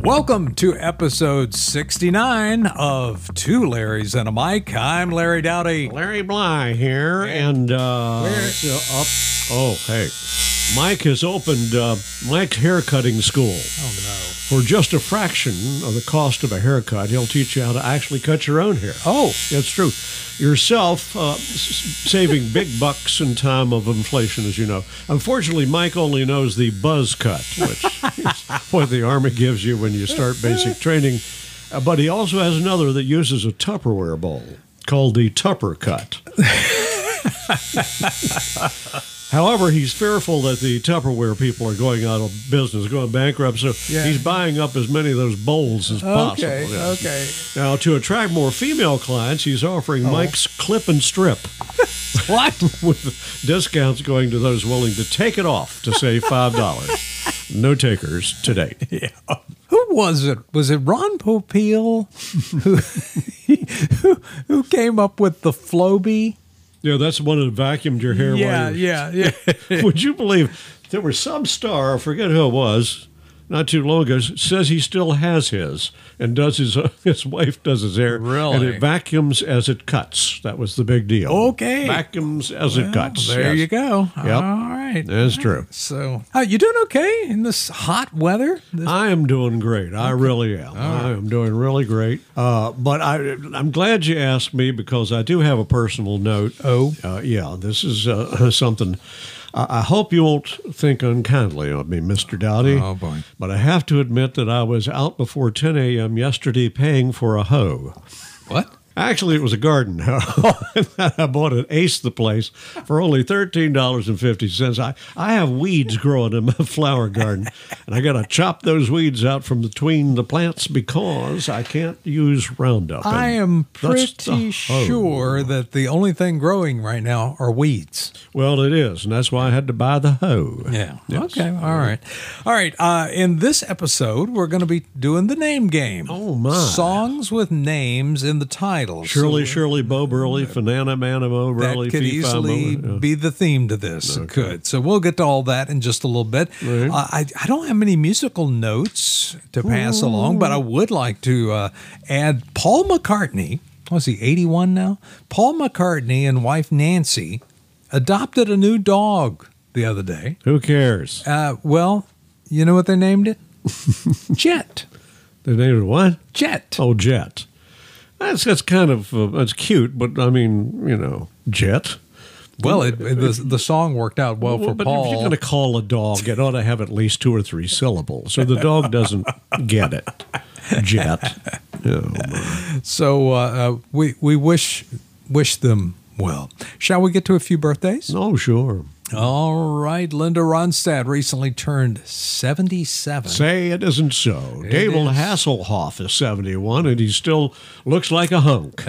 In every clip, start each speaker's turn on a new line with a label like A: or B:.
A: Welcome to episode 69 of Two Larrys and a Mic. I'm Larry Dowdy.
B: Larry Bly here, and uh, uh, up. Oh, hey, Mike has opened uh, Mike's haircutting school
A: Oh,
B: for just a fraction of the cost of a haircut. He'll teach you how to actually cut your own hair.
A: Oh,
B: That's true. Yourself uh, s- s- saving big bucks in time of inflation, as you know. Unfortunately, Mike only knows the buzz cut, which is what the Army gives you when you start basic training. Uh, but he also has another that uses a Tupperware bowl called the Tupper Cut. However, he's fearful that the Tupperware people are going out of business, going bankrupt, so
A: Yeah.
B: he's buying up as many of those bowls as possible.
A: okay,
B: Yeah.
A: okay.
B: Now, to attract more female clients, he's offering
A: Uh-huh.
B: Mike's Clip and Strip
A: What?
B: with discounts going to those willing to take it off to save $5. no takers to date.
A: Who was it? Was it Ron Popeil who, who, who came up with the Floby?
B: Yeah, that's the one that vacuumed your hair. while you
A: yeah, yeah.
B: Would you believe there was some star, I forget who it was, not too long ago, says he still has his and does his his wife does his hair. And
A: Really?
B: it vacuums as it cuts. That was the big deal.
A: Okay.
B: Vacuums as it cuts.
A: there
B: yes.
A: you go. All
B: Yep.
A: right.
B: That's true.
A: Uh, So, uh, you doing okay in this hot weather?
B: I am doing great. I really am. I am doing really great. Uh, but I, I'm glad you asked me because I do have a personal note.
A: Oh.
B: uh, yeah. This is uh, something. I I hope you won't think unkindly of me, Mr. Dowdy.
A: Oh, boy.
B: But I have to admit that I was out before 10 a.m. yesterday paying for a hoe.
A: What?
B: Actually, it was a garden hoe. I bought it, aced the place for only thirteen dollars and fifty cents. I, I have weeds growing in my flower garden, and I got to chop those weeds out from between the plants because I can't use Roundup. and
A: I am
B: that's
A: pretty
B: the hoe.
A: sure that the only thing growing right now are weeds.
B: Well, it is, and that's why I had to buy the hoe.
A: Yeah.
B: Yes.
A: Okay. All right. All right. Uh, in this episode, we're going to be doing the name game.
B: Oh, my.
A: Songs with names in the title.
B: Shirley, Shirley, Bo Burley, Fanana Manamo
A: uh, that
B: Burley,
A: could
B: Fee-Fi
A: easily
B: Mo- yeah.
A: be the theme to this. It could. So we'll get to all that in just a little bit.
B: Right.
A: Uh, I, I don't have many musical notes to pass along, but I would like to uh, add Paul McCartney. Was he 81 now? Paul McCartney and wife Nancy adopted a new dog the other day.
B: Who cares?
A: Uh, well, you know what they named it? Jet.
B: They named it what?
A: Jet.
B: Oh, Jet. That's that's kind of uh, that's cute, but I mean, you know, Jet.
A: Well, it, it- the, the song worked out well for
B: but if you're
A: Paul.
B: going to call a dog, it ought to have at least two or three syllables, so the dog doesn't get it. Jet. Oh, my.
A: So uh, uh, we we wish wish them well. Shall we get to a few birthdays?
B: Oh, sure.
A: All right, Linda Ronstadt recently turned 77.
B: Say it isn't so. David
A: is.
B: Hasselhoff is 71, and he still looks like a hunk.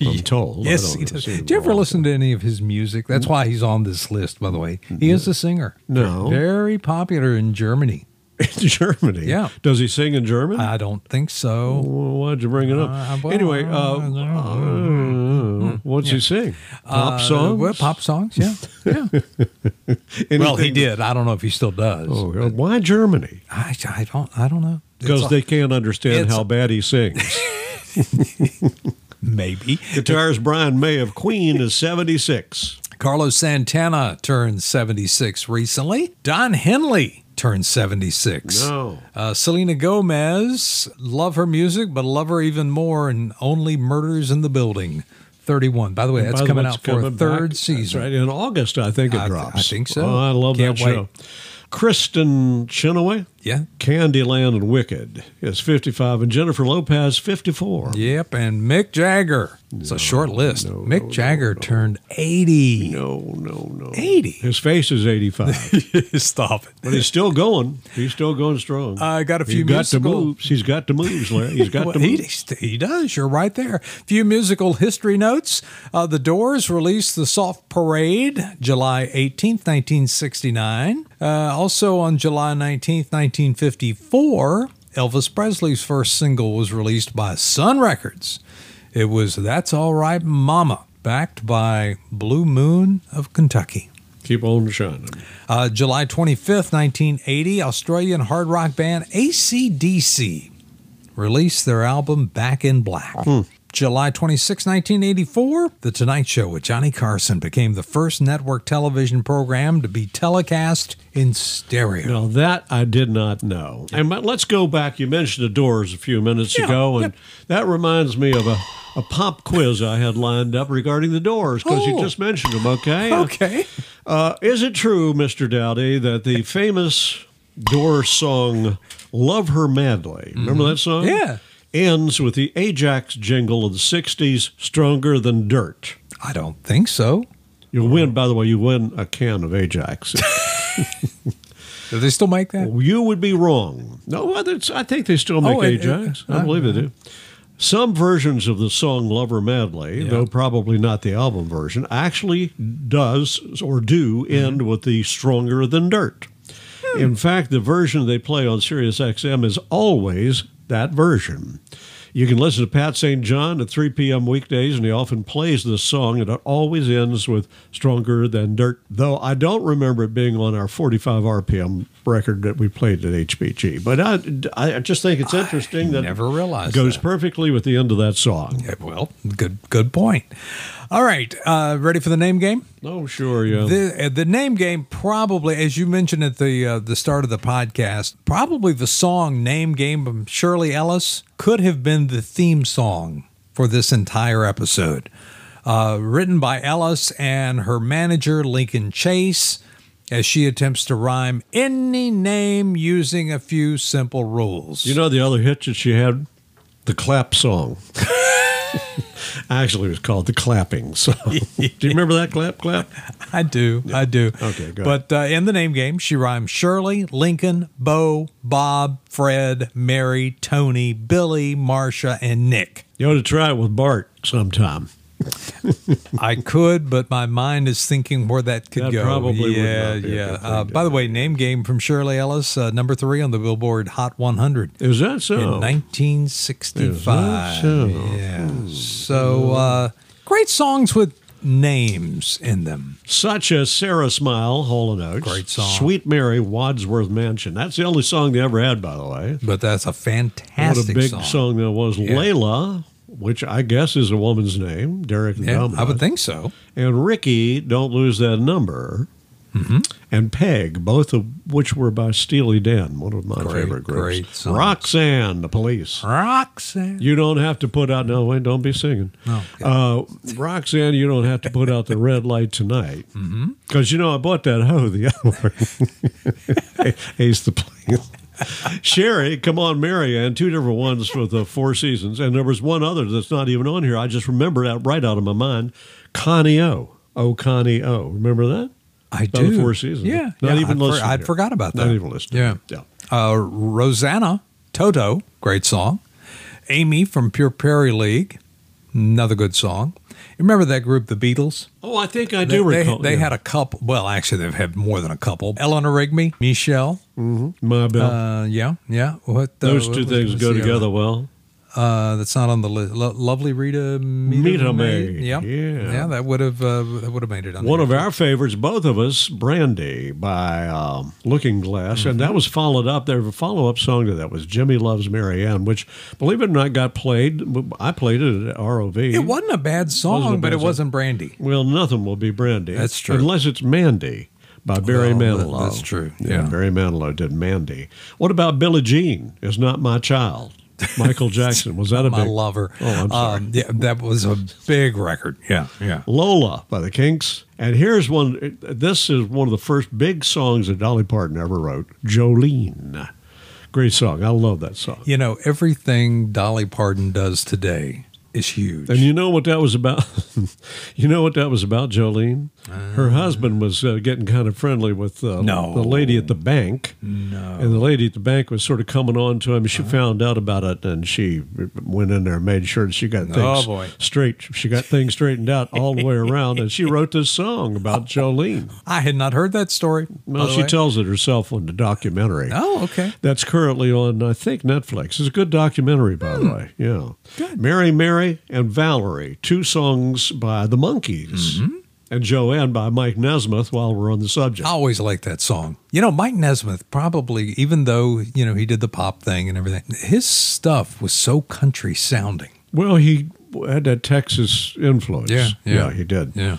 B: I'm told. I
A: Yes,
B: don't
A: he does.
B: see
A: Do you ever
B: wrong.
A: listen to any of his music? That's why he's on this list, by the way. He is a singer.
B: No.
A: Very popular in Germany.
B: in Germany?
A: Yeah.
B: Does he sing in German?
A: I don't think so.
B: Well, why'd you bring it up?
A: Uh, well,
B: anyway, uh,
A: uh,
B: uh, what's he sing? Pop
A: Hmm. Uh,
B: songs?
A: well, pop songs, yeah. Yeah. well, he
B: Anything-
A: did. I don't know if he still does.
B: Oh, God. why Germany?
A: I, I don't I don't know. It's
B: Because
A: all-
B: they can't understand
A: it's-
B: how bad he sings.
A: maybe
B: Guitarist Brian May of Queen is 76.
A: Carlos Santana turned 76 recently. Don Henley turned 76.
B: No.
A: Uh, Selena Gomez, love her music, but love her even more in Only Murders in the Building, 31. By the way, that's
B: By the way,
A: coming
B: it's
A: out for a
B: coming
A: third
B: back. That's
A: season.
B: right. In August, I think it
A: I th-
B: drops.
A: I think so.
B: Oh, I love
A: Can't
B: that
A: wait.
B: show. Kristen Chenoweth,
A: Yeah.
B: Candyland and Wicked is 55, and Jennifer Lopez, 54.
A: Yep. And Mick Jagger. It's a short list.
B: no,
A: Mick
B: no,
A: Jagger turned 80.
B: No, no, no.
A: 80.
B: His face is 85,
A: Stop it.
B: but he's still going. He's still going strong.
A: I got a few
B: He's got the
A: musical-
B: moves. He's got the moves, Larry. He's got
A: Well,
B: the
A: he,
B: moves.
A: he does. You're right there. Few musical history notes. Uh, the Doors released the Soft Parade July 18th, 1969. Uh, also on July 19th, 1954, Elvis Presley's first single was released by Sun Records. It was That's All Right Mama, backed by Blue Moon of Kentucky.
B: Keep on shining.
A: Uh, July 25th, 1980, Australian hard rock band ACDC released their album Back in Black. July 26, 1984, The Tonight Show with Johnny Carson became the first network television program to be telecast in stereo.
B: Now that I did not know. And but let's go back. You mentioned the Doors a few minutes ago, and that reminds me of a, a pop quiz I had lined up regarding the Doors because you
A: Oh.
B: just mentioned them. Okay.
A: Okay.
B: Uh, is it true, Mr. Dowdy, that the famous Doors song "Love Her Madly" remember that song?
A: Mm-hmm. Yeah.
B: Ends with the Ajax jingle of the '60s, "Stronger Than Dirt."
A: I don't think so.
B: You'll win, by the way, you win a can of Ajax.
A: Do they still make that?
B: You would be wrong. No, well, it's, I think they still make
A: Oh, it-
B: Ajax.
A: it-
B: I believe they do. Some versions of the song Lover Madly, though probably not the album version, actually does or do end
A: Mm-hmm.
B: with the Stronger Than Dirt.
A: Hmm.
B: In fact, the version they play on Sirius XM is always that version. You can listen to Pat St. John at 3 p.m. weekdays, and he often plays this song, and it always ends with Stronger Than Dirt, though I don't remember it being on our 45 RPM record that we played at HBG. But I, I just think it's interesting that
A: never realized
B: goes
A: that.
B: perfectly with the end of that song.
A: Yeah, well, good good point. All right, uh, ready for the name game?
B: Oh, sure, yeah.
A: The, uh, the name game probably, as you mentioned at the uh, the start of the podcast, probably the song name game from Shirley Ellis could have been the theme song for this entire episode, uh, written by Ellis and her manager Lincoln Chase, as she attempts to rhyme any name using a few simple rules.
B: You know the other hit that she had? The clap song. Actually, it was called the clapping song. Do you remember that clap, clap?
A: I do. I do.
B: Okay, go
A: But uh, in the name game, she rhymes Shirley, Lincoln, Bo, Bob, Fred, Mary, Tony, Billy, Marcia, and Nick.
B: You ought to try it with Bart sometime.
A: I could, but my mind is thinking where that could
B: That
A: go.
B: probably would
A: yeah,
B: not be a
A: yeah.
B: good thing
A: Uh,
B: to
A: by the way, name game from Shirley Ellis, uh, number three on the Billboard Hot 100
B: Is that so?
A: in 1965.
B: so?
A: Yeah. So uh, great songs with names in them.
B: Such as Sarah Smile, Hall and Oates.
A: Great song.
B: Sweet Mary, Wadsworth Mansion. That's the only song they ever had, by the way.
A: But that's a
B: What a
A: fantastic
B: big song, that was. Layla, which I guess is a woman's name, Derek and
A: Yeah,
B: Dominic.
A: I would think so.
B: and Ricky, Don't Lose That Number,
A: Mm-hmm.
B: and Peg, both of which were by Steely Dan, one of my
A: Great,
B: favorite groups.
A: great songs.
B: Roxanne, The Police.
A: Roxanne.
B: You don't have to put out, no, wait, don't be singing.
A: No.
B: Uh, Roxanne, you don't have to put out the red light tonight. Because,
A: Mm-hmm.
B: you know, I bought that hoe the other way. Ace the plane. Sherry, come on, Marianne, two different ones for the Four Seasons. And there was one other that's not even on here. I just remember that right out of my mind. Connie O. Oh, Connie O. Remember that?
A: I
B: By the
A: do.
B: Four Seasons.
A: Yeah. yeah,
B: Not even
A: I'd for-
B: listening
A: I'd
B: to it.
A: forgot about that.
B: Not even listening.
A: Yeah.
B: Yeah.
A: Uh, Rosanna, Toto, great song. Amy from Pure Prairie League, another good song. You remember that group, the Beatles?
B: Oh, I think I do
A: they,
B: recall.
A: They, they
B: yeah.
A: had a couple. Well, actually, they've had more than a couple. Eleanor Rigby, Michelle.
B: My Bell.
A: Uh, yeah, yeah. What the-
B: Oh. Those
A: what
B: two
A: was-
B: things
A: what's
B: go
A: the other-
B: together well.
A: Uh, that's not on the list. Lo- lovely Rita Mita,
B: Mita
A: May.
B: May.
A: Yeah,
B: Yeah.
A: yeah. That would have uh, that would have made it on
B: One
A: here.
B: of our favorites, both of us, Brandy by um, Looking Glass.
A: Mm-hmm.
B: And that was followed up. There was a follow up song to that was Jimmy Loves Marianne, which, believe it or not, got played. I played it at ROV.
A: It wasn't a bad song,
B: Wasn't a
A: but
B: bad
A: it
B: song.
A: wasn't Brandy.
B: Well, nothing will be Brandy.
A: That's true.
B: Unless it's Mandy by Barry
A: Well, that-
B: Manilow.
A: that's true, yeah.
B: Barry Manilow did Mandy. What about Billie Jean? Is Not My Child. Michael Jackson. Was that a
A: My
B: big
A: lover.
B: Oh, I'm sorry.
A: Um, yeah, that was a big record. Yeah, yeah.
B: Lola by the Kinks. And here's one. This is one of the first big songs that Dolly Parton ever wrote. Jolene, great song. I love that song.
A: You know, everything Dolly Parton does today is huge.
B: And you know what that was about? you know what that was about, Jolene? Her husband was uh, getting kind of friendly with uh,
A: No.
B: the lady at the bank. No. And the lady at the bank was sort of coming on to him. She
A: Uh-huh.
B: found out about it and she went in there and made sure that she got things
A: Oh, boy.
B: straight. She got things straightened out all the way around. And she wrote this song about Jolene.
A: I had not heard that story. by
B: Well,
A: the
B: she
A: way.
B: tells it herself on the documentary.
A: Oh, okay.
B: That's currently on, I think, Netflix. It's a good documentary, by
A: Hmm.
B: the way.
A: Mm-hmm.
B: Yeah. Mary, Mary, and Valerie, two songs by the Monkees. and Joanne by Mike Nesmith while we're on the subject.
A: I always like that song. You know, Mike Nesmith probably, even though, you know, he did the pop thing and everything, his stuff was so country sounding.
B: Well, he had that Texas influence.
A: Yeah, yeah.
B: he did.
A: Yeah.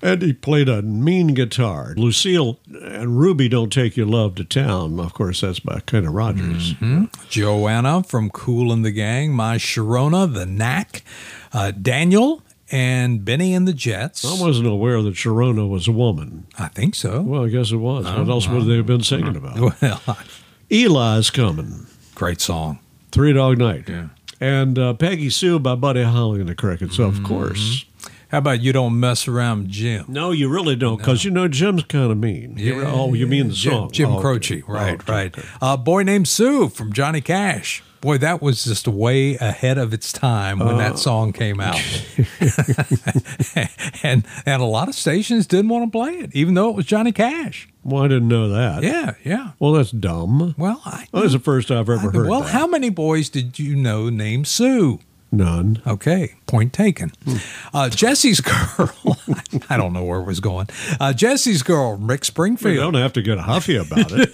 B: And he played a mean guitar. Lucille and Ruby Don't Take Your Love to Town. Of course, that's by Kenny Rogers.
A: Mm-hmm. Joanna from Cool and the Gang, My Sharona, The Knack, uh, Daniel, and Benny and the Jets.
B: I wasn't aware that Sharona was a woman.
A: I think so.
B: Well, I guess it was.
A: Oh,
B: What else would they have been singing about?
A: Well,
B: Eli's Coming,
A: great song.
B: Three Dog Night.
A: Yeah.
B: And uh, Peggy Sue by Buddy Holly and the Crickets,
A: Mm-hmm.
B: of course.
A: How about You Don't Mess Around with Jim?
B: No, you really don't, because you know Jim's kind of mean. He- oh, you mean the
A: Jim,
B: song?
A: Jim
B: Oh, okay.
A: Croce,
B: Oh,
A: right,
B: okay.
A: right. Uh, Boy Named Sue from Johnny Cash. Boy, that was just way ahead of its time when
B: Uh.
A: that song came out. and and a lot of stations didn't want to play it, even though it was Johnny Cash.
B: Well, I didn't know that.
A: Yeah, yeah.
B: Well, that's dumb.
A: Well, I
B: Well, that's the first I've ever heard.
A: well,
B: that.
A: how many boys did you know named Sue?
B: None.
A: Okay, point taken.
B: Hmm.
A: Uh, Jesse's girl. I don't know where it was going. Uh, Jesse's girl, Rick
B: You
A: Springfield.
B: don't have to get huffy about it.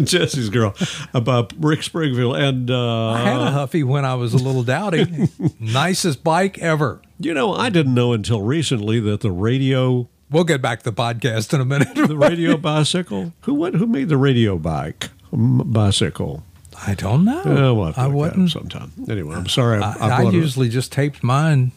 B: Jesse's girl about Rick Springfield, and
A: I
B: uh,
A: had a Huffy when I was a little dowdy. Nicest bike ever.
B: you know, I didn't know until recently that the radio,
A: We'll get back to the podcast in a minute.
B: the radio bicycle, who what, who made the radio bike Um, bicycle?
A: I don't know.
B: Uh, we'll
A: Oh, I
B: have to look that up
A: wouldn't.
B: sometime. Anyway, I'm sorry. I, I
A: I,
B: brought it up.
A: usually just taped mine.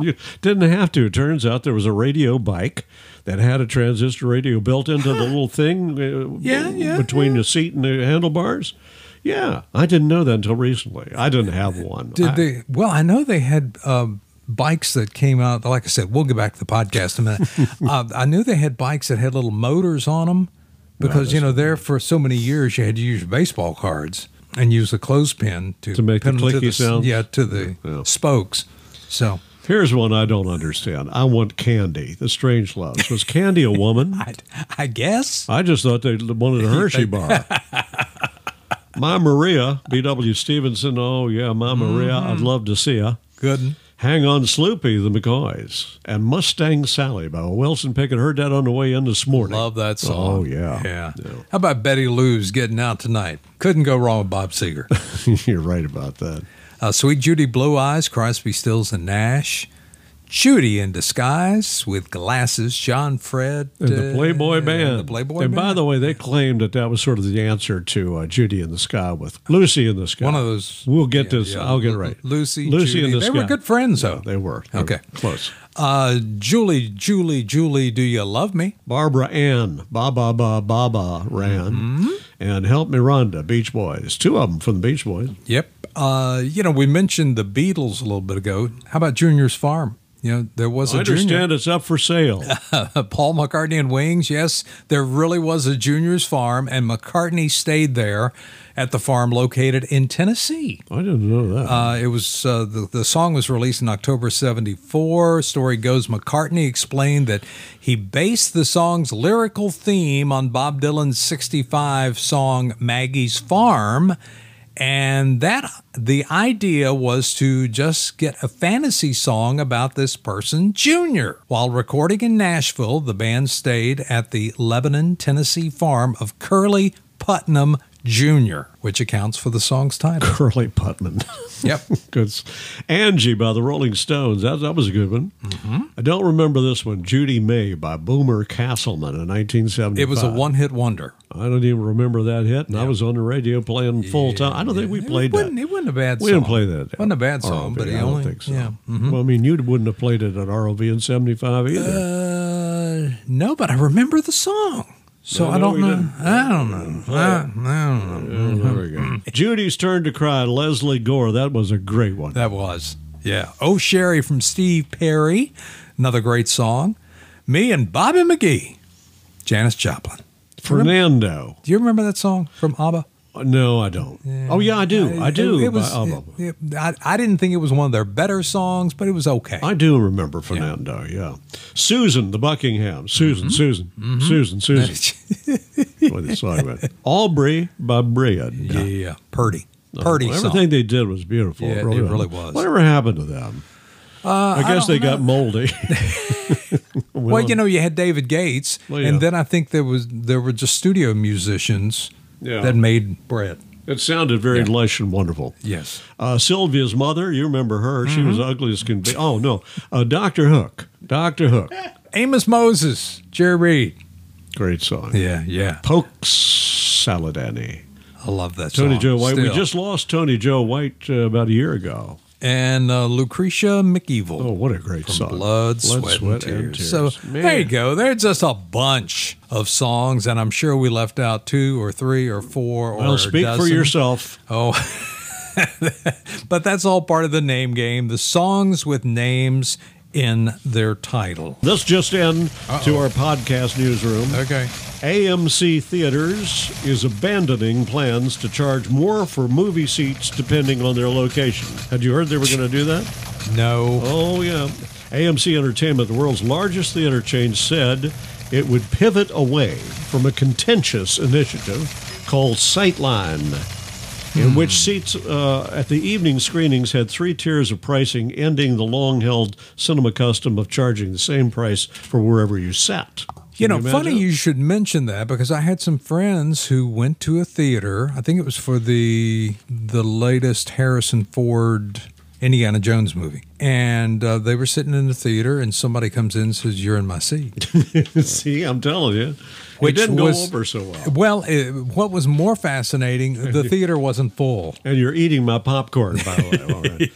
B: You didn't have to. It turns out there was a radio bike that had a transistor radio built into the little thing uh,
A: Yeah, yeah,
B: between the seat and the handlebars. Yeah, I didn't know that until recently. I didn't have one.
A: Did
B: I-
A: they? Well, I know they had um, bikes that came out. Like I said, we'll get back to the podcast in a minute. uh, I knew they had bikes that had little motors on them because you know there for so many years you had to use your baseball cards and use the clothespin to,
B: To make the
A: pin 'em to
B: clicky
A: s-
B: sounds?
A: Yeah, to the
B: Yeah.
A: spokes. So
B: Here's one I don't understand. I want Candy, the Strange Loves. Was Candy a woman?
A: I, I guess
B: I just thought they wanted a Hershey bar. My Maria, B.W. Stevenson. Oh, yeah, My Maria.
A: Mm-hmm.
B: I'd love to see her.
A: good. un.
B: Hang on Sloopy, the McCoys, and Mustang Sally by Wilson Pickett. Heard that on the way in this morning.
A: Love that song.
B: Oh, yeah.
A: yeah.
B: Yeah.
A: How about Betty Lou's getting out tonight? Couldn't go wrong with Bob Seger.
B: You're right about that.
A: Uh, Sweet Judy Blue Eyes, Crosby, Stills, and Nash. Judy in disguise with glasses, John Fred.
B: And the
A: uh,
B: Playboy
A: and
B: Band.
A: The Playboy Band.
B: And by the way, they claimed that that was sort of the answer to uh, Judy in the Sky with Lucy in the Sky.
A: One of those.
B: We'll get
A: yeah,
B: this.
A: yeah.
B: I'll get it right.
A: Lucy,
B: Lucy
A: Judy.
B: in the
A: They
B: Sky.
A: were good friends,
B: Yeah,
A: though.
B: they were. They were
A: Okay.
B: Close.
A: Uh, Julie, Julie, Julie, do you love me?
B: Barbara Ann, Ba Ba Ba Ba Ba Ran,
A: Mm-hmm.
B: and Help Me Rhonda, Beach Boys. Two of them from the Beach Boys.
A: Yep. Uh, you know, we mentioned the Beatles a little bit ago. How about Junior's Farm? You know, there was
B: I
A: a
B: understand
A: junior.
B: it's up for sale.
A: Paul McCartney and Wings. Yes, there really was a Junior's Farm, and McCartney stayed there at the farm located in Tennessee.
B: I didn't know that.
A: Uh, it was uh, the the song was released in October '74. Story goes McCartney explained that he based the song's lyrical theme on Bob Dylan's '65 song "Maggie's Farm," and that the idea was to just get a fantasy song about this person, Junior. While recording in Nashville, the band stayed at the Lebanon, Tennessee farm of Curly Putnam. Junior, which accounts for the song's title.
B: Curly Putman.
A: Yep.
B: good. s- Angie by the Rolling Stones. That, that was a good one.
A: Mm-hmm.
B: I don't remember this one. Judy May by Boomer Castleman in 1975.
A: It was a one-hit wonder.
B: I don't even remember that hit, and I was on the radio playing full time. I don't think we played
A: it wasn't,
B: that.
A: It wasn't a bad
B: We
A: song.
B: didn't play that. at
A: Wasn't a bad song,
B: ROV.
A: but he
B: I don't
A: only.
B: think so.
A: Yeah. mm-hmm.
B: Well, I mean, you wouldn't have played it at ROV in '75 either.
A: Uh, no, but I remember the song. So
B: No,
A: I
B: no,
A: don't
B: we
A: know.
B: didn't.
A: I don't know. I, I don't know.
B: Oh, there we go.
A: mm-hmm.
B: Judy's Turn to Cry, Leslie Gore. That was a great one.
A: That was. Yeah. Oh, Sherry from Steve Perry. Another great song. Me and Bobby McGee. Janis Joplin.
B: Fernando.
A: Do you remember that song from ABBA?
B: No, I don't. Oh, yeah, I do. I do.
A: It, it
B: by
A: was.
B: Abba.
A: it- it- I, I didn't think it was one of their better songs, but it was okay.
B: I do remember Fernando, yeah. Susan, the Buckingham. Susan,
A: Mm-hmm.
B: Susan, Susan, Susan. Boy, this song went. Aubrey by Bread.
A: yeah. Purdy. Purdy
B: Everything
A: song.
B: they did was beautiful.
A: Yeah, it really was. Uh,
B: Whatever happened to them? I guess they got moldy.
A: Well, you know, you had David Gates,
B: Well, yeah.
A: and then I think there was there were just studio musicians
B: Yeah.
A: that made bread.
B: It sounded very lush and wonderful.
A: Yes.
B: Uh, Sylvia's mother, you remember her? She was
A: Mm-hmm.
B: ugly as can be. Oh no, uh, Doctor Hook. Doctor Hook.
A: Amos Moses, Jerry Reed.
B: Great song.
A: Yeah, yeah.
B: Poke Saladani.
A: I love that
B: Tony
A: song
B: Joe White. We
A: still.
B: just lost Tony Joe White uh, about a year ago.
A: and uh, Lucretia McEvil.
B: Oh, what a great song!
A: Blood, sweat, and tears. So there you go. There's just a bunch of songs, and I'm sure we left out two or three or four or
B: Well,
A: a
B: speak for
A: dozen.
B: yourself.
A: Oh, but that's all part of the name game. The songs with names in their title.
B: This just in to our podcast newsroom.
A: Okay.
B: AMC Theaters is abandoning plans to charge more for movie seats depending on their location. Had you heard they were going to do that?
A: No.
B: Oh, yeah. AMC Entertainment, the world's largest theater chain, said it would pivot away from a contentious initiative called Sightline, in
A: Hmm.
B: which seats uh, at the evening screenings had three tiers of pricing, ending the long held cinema custom of charging the same price for wherever you sat.
A: You
B: Can
A: know, funny
B: imagine?
A: you should mention that because I had some friends who went to a theater. I think it was for the the latest Harrison Ford Indiana Jones movie, and uh, they were sitting in the theater, and somebody comes in and says, "You're in my seat."
B: See, I'm telling you.
A: Which
B: it didn't
A: was-
B: go over so well.
A: well, it, what was more fascinating, the theater wasn't full.
B: And you're eating my popcorn, by the way. All right.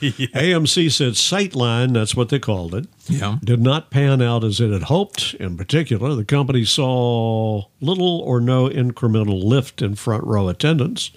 B: AMC said Sightline, that's what they called it,
A: Yeah.
B: did not pan out as it had hoped. In particular, the company saw little or no incremental lift in front row attendance,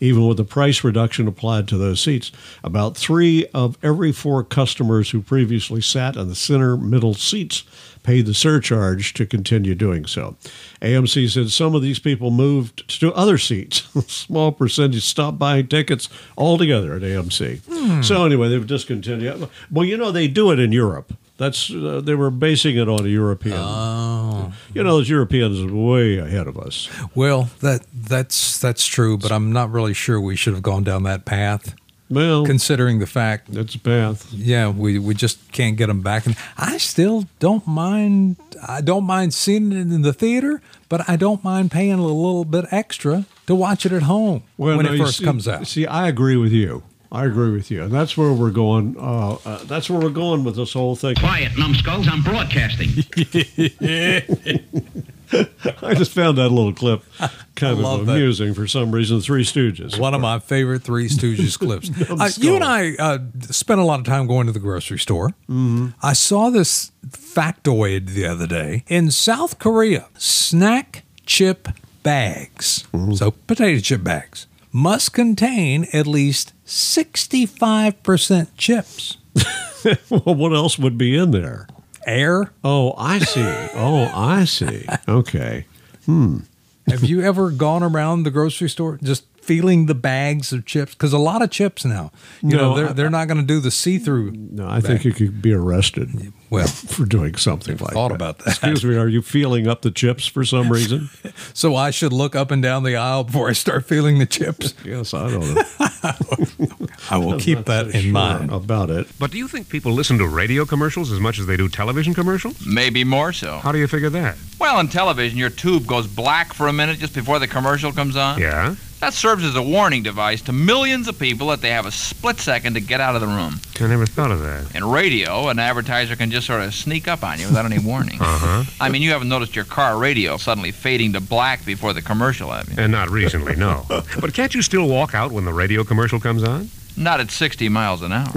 B: even with the price reduction applied to those seats. About three of every four customers who previously sat in the center middle seats paid the surcharge to continue doing so. AMC said some of these people moved to other seats. Small percentage stopped buying tickets altogether at AMC. So anyway, they've discontinued. Well, you know they do it in Europe. That's uh, they were basing it on a European.
A: Uh. Oh.
B: You know those Europeans are way ahead of us.
A: Well, that that's that's true, but I'm not really sure we should have gone down that path,
B: Well,
A: considering the fact,
B: that's a path.
A: yeah, we, we just can't get them back. And I still don't mind. I don't mind seeing it in the theater, but I don't mind paying a little bit extra to watch it at home when
B: no,
A: it
B: you
A: first
B: see-
A: comes out.
B: See, I agree with you. I agree with you, and that's where we're going. Uh, uh, that's where we're going with this whole thing.
C: Quiet, numbskulls, I'm broadcasting.
B: I just found that little clip kind
A: love
B: of
A: that.
B: amusing for some reason. Three Stooges.
A: One of my favorite Three Stooges clips. Uh, you and I uh, spent a lot of time going to the grocery store. Mm-hmm. I saw this factoid the other day in South Korea: snack chip bags,
B: Mm-hmm.
A: so potato chip bags, must contain at least sixty-five percent chips.
B: well, what else would be in there?
A: Air.
B: Oh, I see. Oh, I see. Okay.
A: Have you ever gone around the grocery store just? Feeling the bags of chips because a lot of chips now, you know,
B: No,
A: they're,
B: I-
A: they're not going to do the see-through.
B: No, I think you could be arrested
A: Well,
B: for doing something like
A: thought
B: that.
A: about that.
B: Excuse me, are you feeling up the chips for some reason?
A: So I should look up and down the aisle before I start feeling the chips.
B: yes, I don't know.
A: I will keep that in
B: Sure
A: mind.
B: about it.
D: But do you think people listen to radio commercials as much as they do television commercials?
E: Maybe more so.
D: How do you figure that?
E: Well, in television, your tube goes black for a minute just before the commercial comes on.
D: Yeah?
E: That serves as a warning device to millions of people that they have a split second to get out of the room.
D: I never thought of that.
E: In radio, an advertiser can just sort of sneak up on you without any warning. Uh-huh. I mean, you haven't noticed your car radio suddenly fading to black before the commercial, have you?
D: And not recently, no. But can't you still walk out when the radio commercial comes on?
E: Not at 60 miles an hour.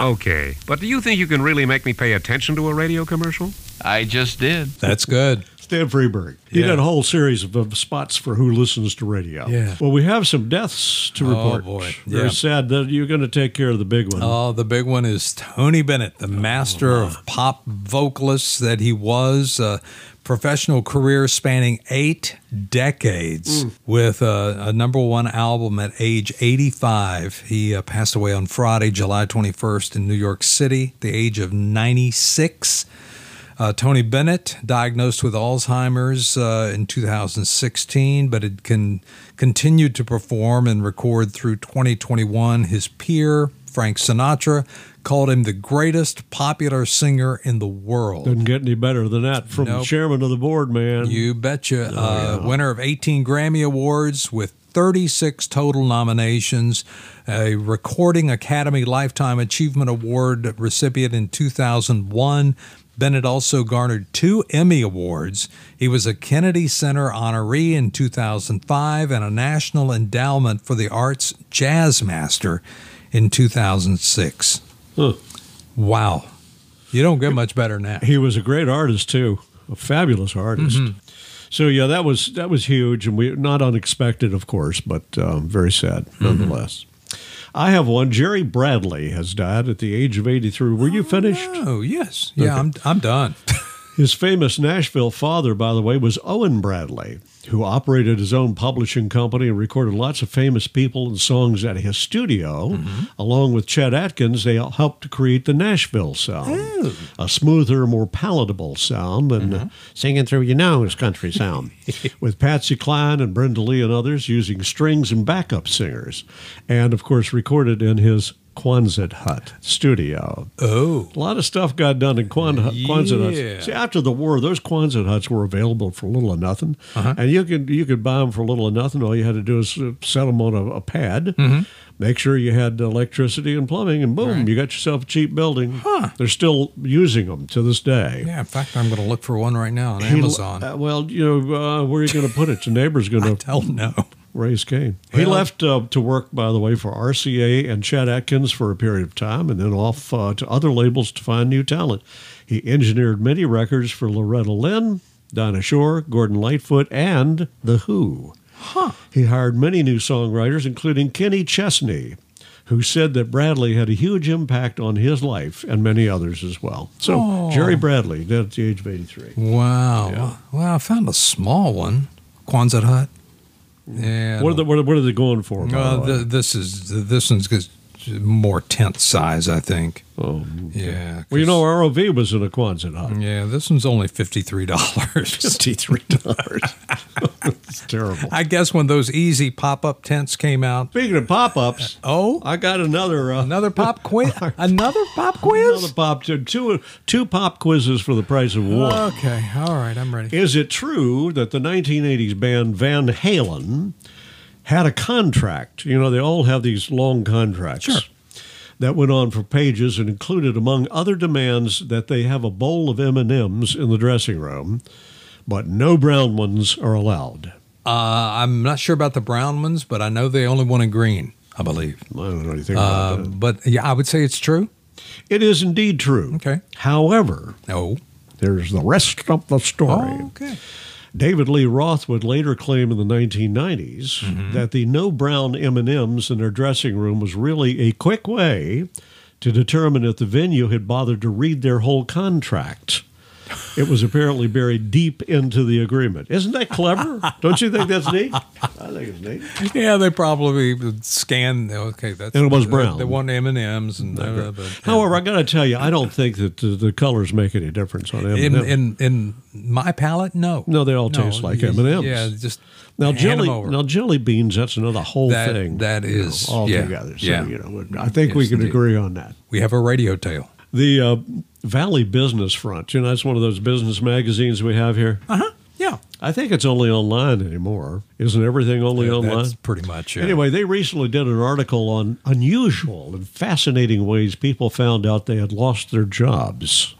D: Okay. But do you think you can really make me pay attention to a radio commercial?
E: I just did.
A: That's good.
B: Stan Freeberg. He
A: Yeah.
B: did a whole series of, of spots for who listens to radio.
A: Yeah. Oh,
B: Well, we have some deaths to report.
A: boy.
B: Very
A: Yeah.
B: sad that you're going to take care of the big one.
A: Oh, the big one is Tony Bennett, the master of pop vocalists that he was. A professional career spanning eight decades with a, a number one album at age 85. He uh, passed away on Friday, July 21st in New York City, the age of 96. Uh, Tony Bennett diagnosed with Alzheimer's uh, in 2016, but it can continued to perform and record through 2021. His peer, Frank Sinatra called him the greatest popular singer in the world.
B: Doesn't get any better than that from
A: Nope.
B: the chairman of the board, man.
A: You betcha. uh, Winner of 18 Grammy Awards with 36 total nominations, a Recording Academy Lifetime Achievement Award recipient in 2001. Bennett also garnered two Emmy Awards. He was a Kennedy Center honoree in 2005 and a National Endowment for the Arts Jazz Master in 2006.
B: Huh.
A: Wow. You don't get much better now.
B: He was a great artist too, a fabulous artist.
A: Mm-hmm.
B: So yeah, that was that was huge, and we not unexpected, of course, but um, very sad
A: Mm-hmm.
B: nonetheless. I have one. Jerry Bradley has died at the age of eighty-three. Were you finished?
A: Oh, yes. Yeah, I'm, I'm done.
B: His famous Nashville father, by the way, was Owen Bradley, who operated his own publishing company and recorded lots of famous people and songs at his studio. Along with Chet Atkins, they helped to create the Nashville sound, a smoother, more palatable sound than the singing through your nose country sound. with Patsy Cline and Brenda Lee and others using strings and backup singers, and of course, recorded in his Quonset Hut studio.
A: Oh.
B: A lot of stuff got done in Quan- Quonset
A: Yeah.
B: huts. See, after the war, those Quonset huts were available for little or nothing,
A: Uh-huh.
B: and you could you could buy them for little or nothing. All you had to do is uh, set them on a, a pad,
A: Mm-hmm.
B: make sure you had electricity and plumbing, and boom, you got yourself a cheap building. They're still using them to this day.
A: Yeah, in fact, I'm going to look for one right now on
B: He-
A: Amazon.
B: uh, well, you know, uh, where are you going to put it? Your neighbor's going to
A: Hell no.
B: Raise Cain. he
A: Well-
B: left uh, to work, by the way, for RCA and Chad Atkins for a period of time, and then off uh, to other labels to find new talent. He engineered many records for Loretta Lynn, Donna Shore, Gordon Lightfoot, and The Who. He hired many new songwriters, including Kenny Chesney, who said that Bradley had a huge impact on his life and many others as well. So Jerry Bradley, dead at the age of 83.
A: Wow. Well, I found a small one. Quonset hut. Yeah. I
B: What are,
A: don't-
B: the, what, are, what are they going for? by
A: Uh,
B: the way?
A: th- this is this one's just more tent size, I think.
B: Oh.
A: Yeah.
B: Well, you know, ROV was in a Quonset hut.
A: 'cause- Yeah, this one's only fifty three dollars.
B: Fifty-three dollars. It's terrible.
A: I guess when those easy pop up tents came out.
B: Speaking of pop-ups,
A: Oh,
B: I got another uh,
A: another pop quiz. another pop quiz.
B: another pop two two pop quizzes for the price of one.
A: Okay. All right. I'm ready.
B: Is it true that the 1980s band Van Halen had a contract? You know, they all have these long contracts.
A: Sure.
B: That went on for pages and included, among other demands, that they have a bowl of M and M's in the dressing room, but no brown ones are allowed.
A: Uh, I'm not sure about the brown ones, but I know they only want in green. I believe.
B: I don't know anything about that.
A: Um, but yeah, I would say it's true.
B: It is indeed true.
A: Okay.
B: However,
A: No.
B: there's the rest of the story.
A: Oh, okay.
B: David Lee Roth would later claim in the 1990s
A: Mm-hmm.
B: that the no brown M&Ms in their dressing room was really a quick way to determine if the venue had bothered to read their whole contract. It was apparently buried deep into the agreement. Isn't that clever? Don't you think that's neat? I think it's neat.
A: Yeah, they probably would scan. Okay, that's
B: And it was brown.
A: They want M and M's and uh, but-
B: However, I got to tell you, I don't think that the, the colors make any difference on M&Ms.
A: in in in my palate, no,
B: No, they all taste like M&Ms.
A: Yeah, just
B: Now
A: hand 'em
B: jelly,
A: over.
B: now jelly beans. That's another whole
A: That-
B: thing.
A: that is-
B: all
A: yeah,
B: together. So,
A: yeah.
B: you know, I think we
A: Yes,
B: can
A: indeed.
B: agree on that.
A: we have a radio tail.
B: The uh, Valley Business Front. You know, that's one of those business magazines we have here.
A: Uh-huh. Yeah,
B: I think it's only online anymore. Isn't everything only online?
A: that's pretty much it.
B: Anyway, they recently did an article on unusual and fascinating ways people found out they had lost their jobs.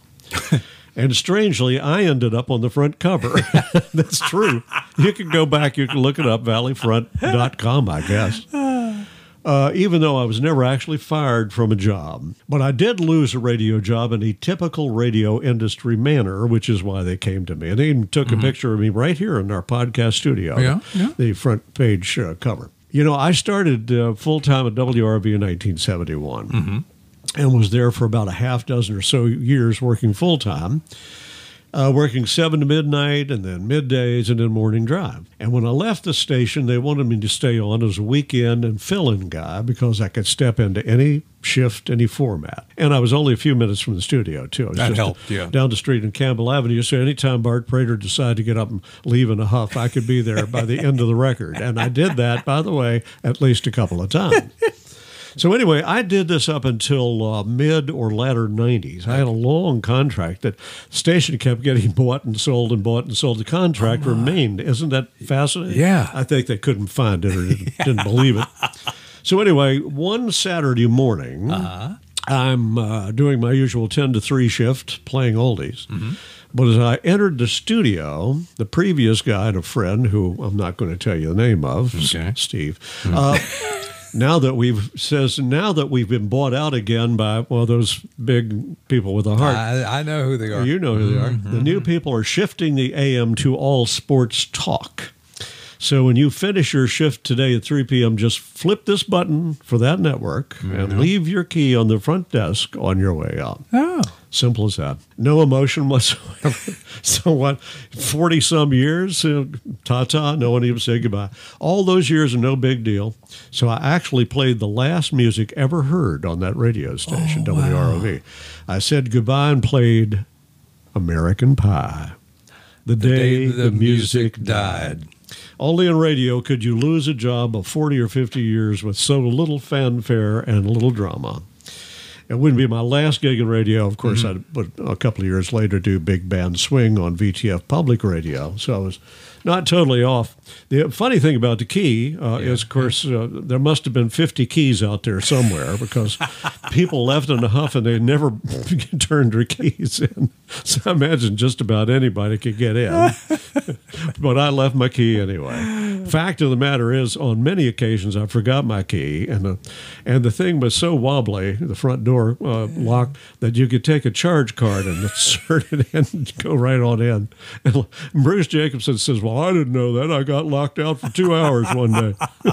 B: and strangely, I ended up on the front cover. That's true. You can go back, you can look it up, valleyfront.com, I guess. Uh, even though I was never actually fired from a job, but I did lose a radio job in a typical radio industry manner, which is why they came to me. And they even took a picture of me right here in our podcast studio
A: Mm-hmm. Yeah, yeah.
B: the front page uh, cover. You know, I started uh, full time at WRV in 1971
A: Mm-hmm.
B: and was there for about a half dozen or so years working full time, uh, working seven to midnight and then middays and then morning drive. And when I left the station, they wanted me to stay on as a weekend and fill in guy because I could step into any shift, any format. And I was only a few minutes from the studio, too. I was
A: That
B: just
A: helped, yeah.
B: Down the street in Campbell Avenue. So anytime Bart Prater decided to get up and leave in a huff, I could be there by the end of the record. And I did that, by the way, at least a couple of times. So anyway, I did this up until uh, mid or latter '90s. I had a long contract that station kept getting bought and sold and bought and sold. The contract remained. Isn't that fascinating?
A: Yeah.
B: I think they couldn't find it or didn't, didn't believe it. So anyway, one Saturday morning, I'm uh, doing my usual ten to three shift, playing oldies. But as I entered the studio, the previous guy and a friend, who I'm not going to tell you the name of, S-
A: Okay.
B: Steve. Uh, now that we've says now that we've been bought out again by well those big people with a heart.
A: I, I know who they are.
B: You know who they are. The new people are shifting the AM to all sports talk. So when you finish your shift today at 3 p.m., just flip this button for that network and leave your key on the front desk on your way out.
A: Oh.
B: Simple as that. No emotion whatsoever. so what? Forty some years, uh, ta ta. No one even said goodbye. All those years are no big deal. So I actually played the last music ever heard on that radio station, WROV. I said goodbye and played American Pie. The, day, the, music died. Only in radio could you lose a job of 40 or 50 years with so little fanfare and little drama. It wouldn't be my last gig in radio. Of course, I'd but a couple of years later do big band swing on VTF Public Radio. So I was not totally off. The funny thing about the key uh, is, of course, uh, there must have been 50 keys out there somewhere because people left in a huff and they never turned their keys in. So I imagine just about anybody could get in but I left my key anyway. Fact of the matter is, on many occasions, I forgot my key, and the, and the thing was so wobbly, the front door uh, lock, that you could take a charge card and insert it in and go right on in. And Bruce Jacobson says, Well, I didn't know that. I got locked out for two hours one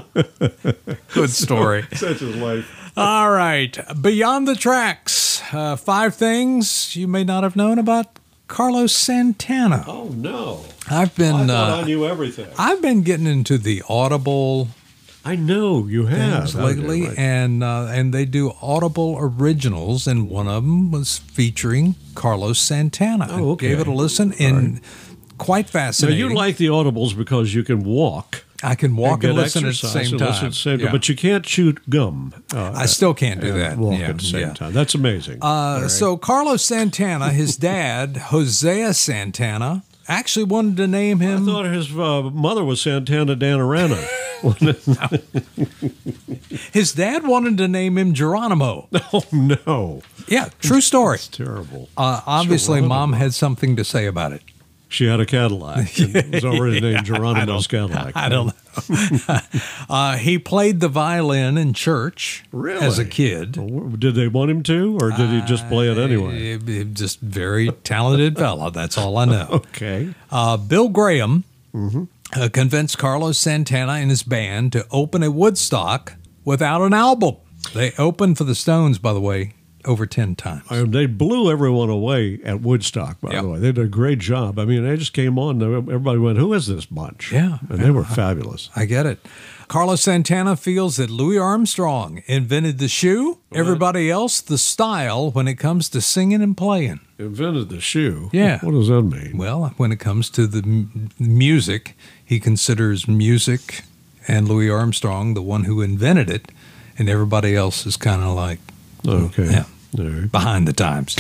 B: day.
A: Good story.
B: Such is life.
A: All right. Beyond the tracks, uh, five things you may not have known about Carlos Santana.
B: Oh, no.
A: I've
B: I
A: been
B: thought I
A: uh,
B: knew everything.
A: I've been getting into the Audible
B: I know you have.
A: things lately,
B: Okay, right.
A: and uh, and they do Audible originals, and one of them was featuring Carlos Santana.
B: Oh,
A: I Gave it
B: okay.
A: a listen, and quite
B: Now,
A: fascinating.
B: you like the audibles because you can walk.
A: I can walk
B: get
A: and listen at the
B: exercise
A: same
B: and listen
A: time.
B: at the same time,
A: Yeah.
B: But you can't shoot gum. Uh,
A: I still can't do
B: and
A: that.
B: Walk
A: Yeah,
B: at the same
A: yeah.
B: time. That's amazing.
A: Uh, So Carlos Santana, his dad, Hosea Santana, actually wanted to name
B: I
A: him.
B: thought his uh, mother was Santana Danarana.
A: His dad wanted to name him Geronimo.
B: oh no,
A: Yeah, true story.
B: it's terrible.
A: Uh, obviously,
B: Geronimo.
A: mom had something to say about it.
B: She had a Cadillac. and It was already named Geronimo's Cadillac.
A: I don't know. uh, he played the violin in church
B: Really?
A: as a kid.
B: know. Did they want him to, or did he just play it anyway?
A: Eh, eh, Just very talented fella. That's all I know.
B: Okay.
A: Uh, Bill Graham
B: Mm-hmm.
A: uh, convinced Carlos Santana and his band to open at Woodstock without an album. They opened for the Stones, by the way, over 10 times.
B: Um, they blew everyone away at Woodstock, by
A: Yeah.
B: the way. They did a great job. I mean, they just came on. and Everybody went, "Who is this bunch?"
A: Yeah.
B: and they were fabulous.
A: I get it. Carlos Santana feels that Louis Armstrong invented the shoe, everybody else the style when it comes to singing and playing.
B: Invented the shoe.
A: Yeah.
B: What does that mean?
A: Well, when it comes to the m- music, he considers music and Louis Armstrong the one who invented it, and everybody else is kind of like
B: Okay.
A: Yeah.
B: All right.
A: behind the times.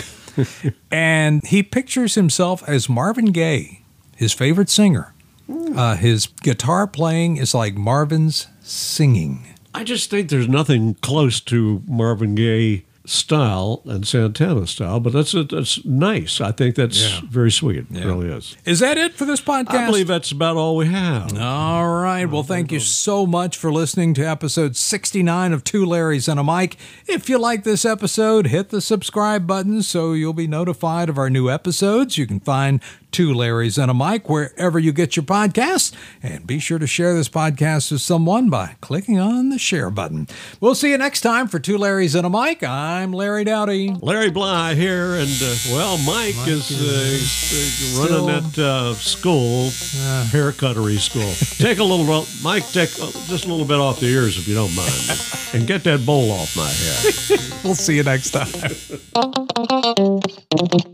A: and he pictures himself as Marvin Gaye, his favorite singer.
B: Hmm.
A: Uh, his guitar playing is like Marvin's singing.
B: I just think there's nothing close to Marvin Gaye style and Santana style, but that's that's nice. I think that's
A: Yeah.
B: very sweet. It
A: Yeah.
B: really is.
A: Is that it for this podcast?
B: I believe that's about all we have.
A: All right. Well, thank you so much for listening to episode 69 of Two Larrys and a Mic. If you like this episode, hit the subscribe button so you'll be notified of our new episodes. You can find Two Larrys and a Mic wherever you get your podcasts. And be sure to share this podcast with someone by clicking on the share button. We'll see you next time for Two Larrys and a Mic. I'm Larry Dowdy.
B: Larry Bly here, and uh, well, Mike, is, uh,
A: still-
B: running that uh, school, haircuttery school. take a little, well, Mike, take uh, just a little bit off the ears if you don't mind, and get that bowl off my head.
A: We'll see you next time.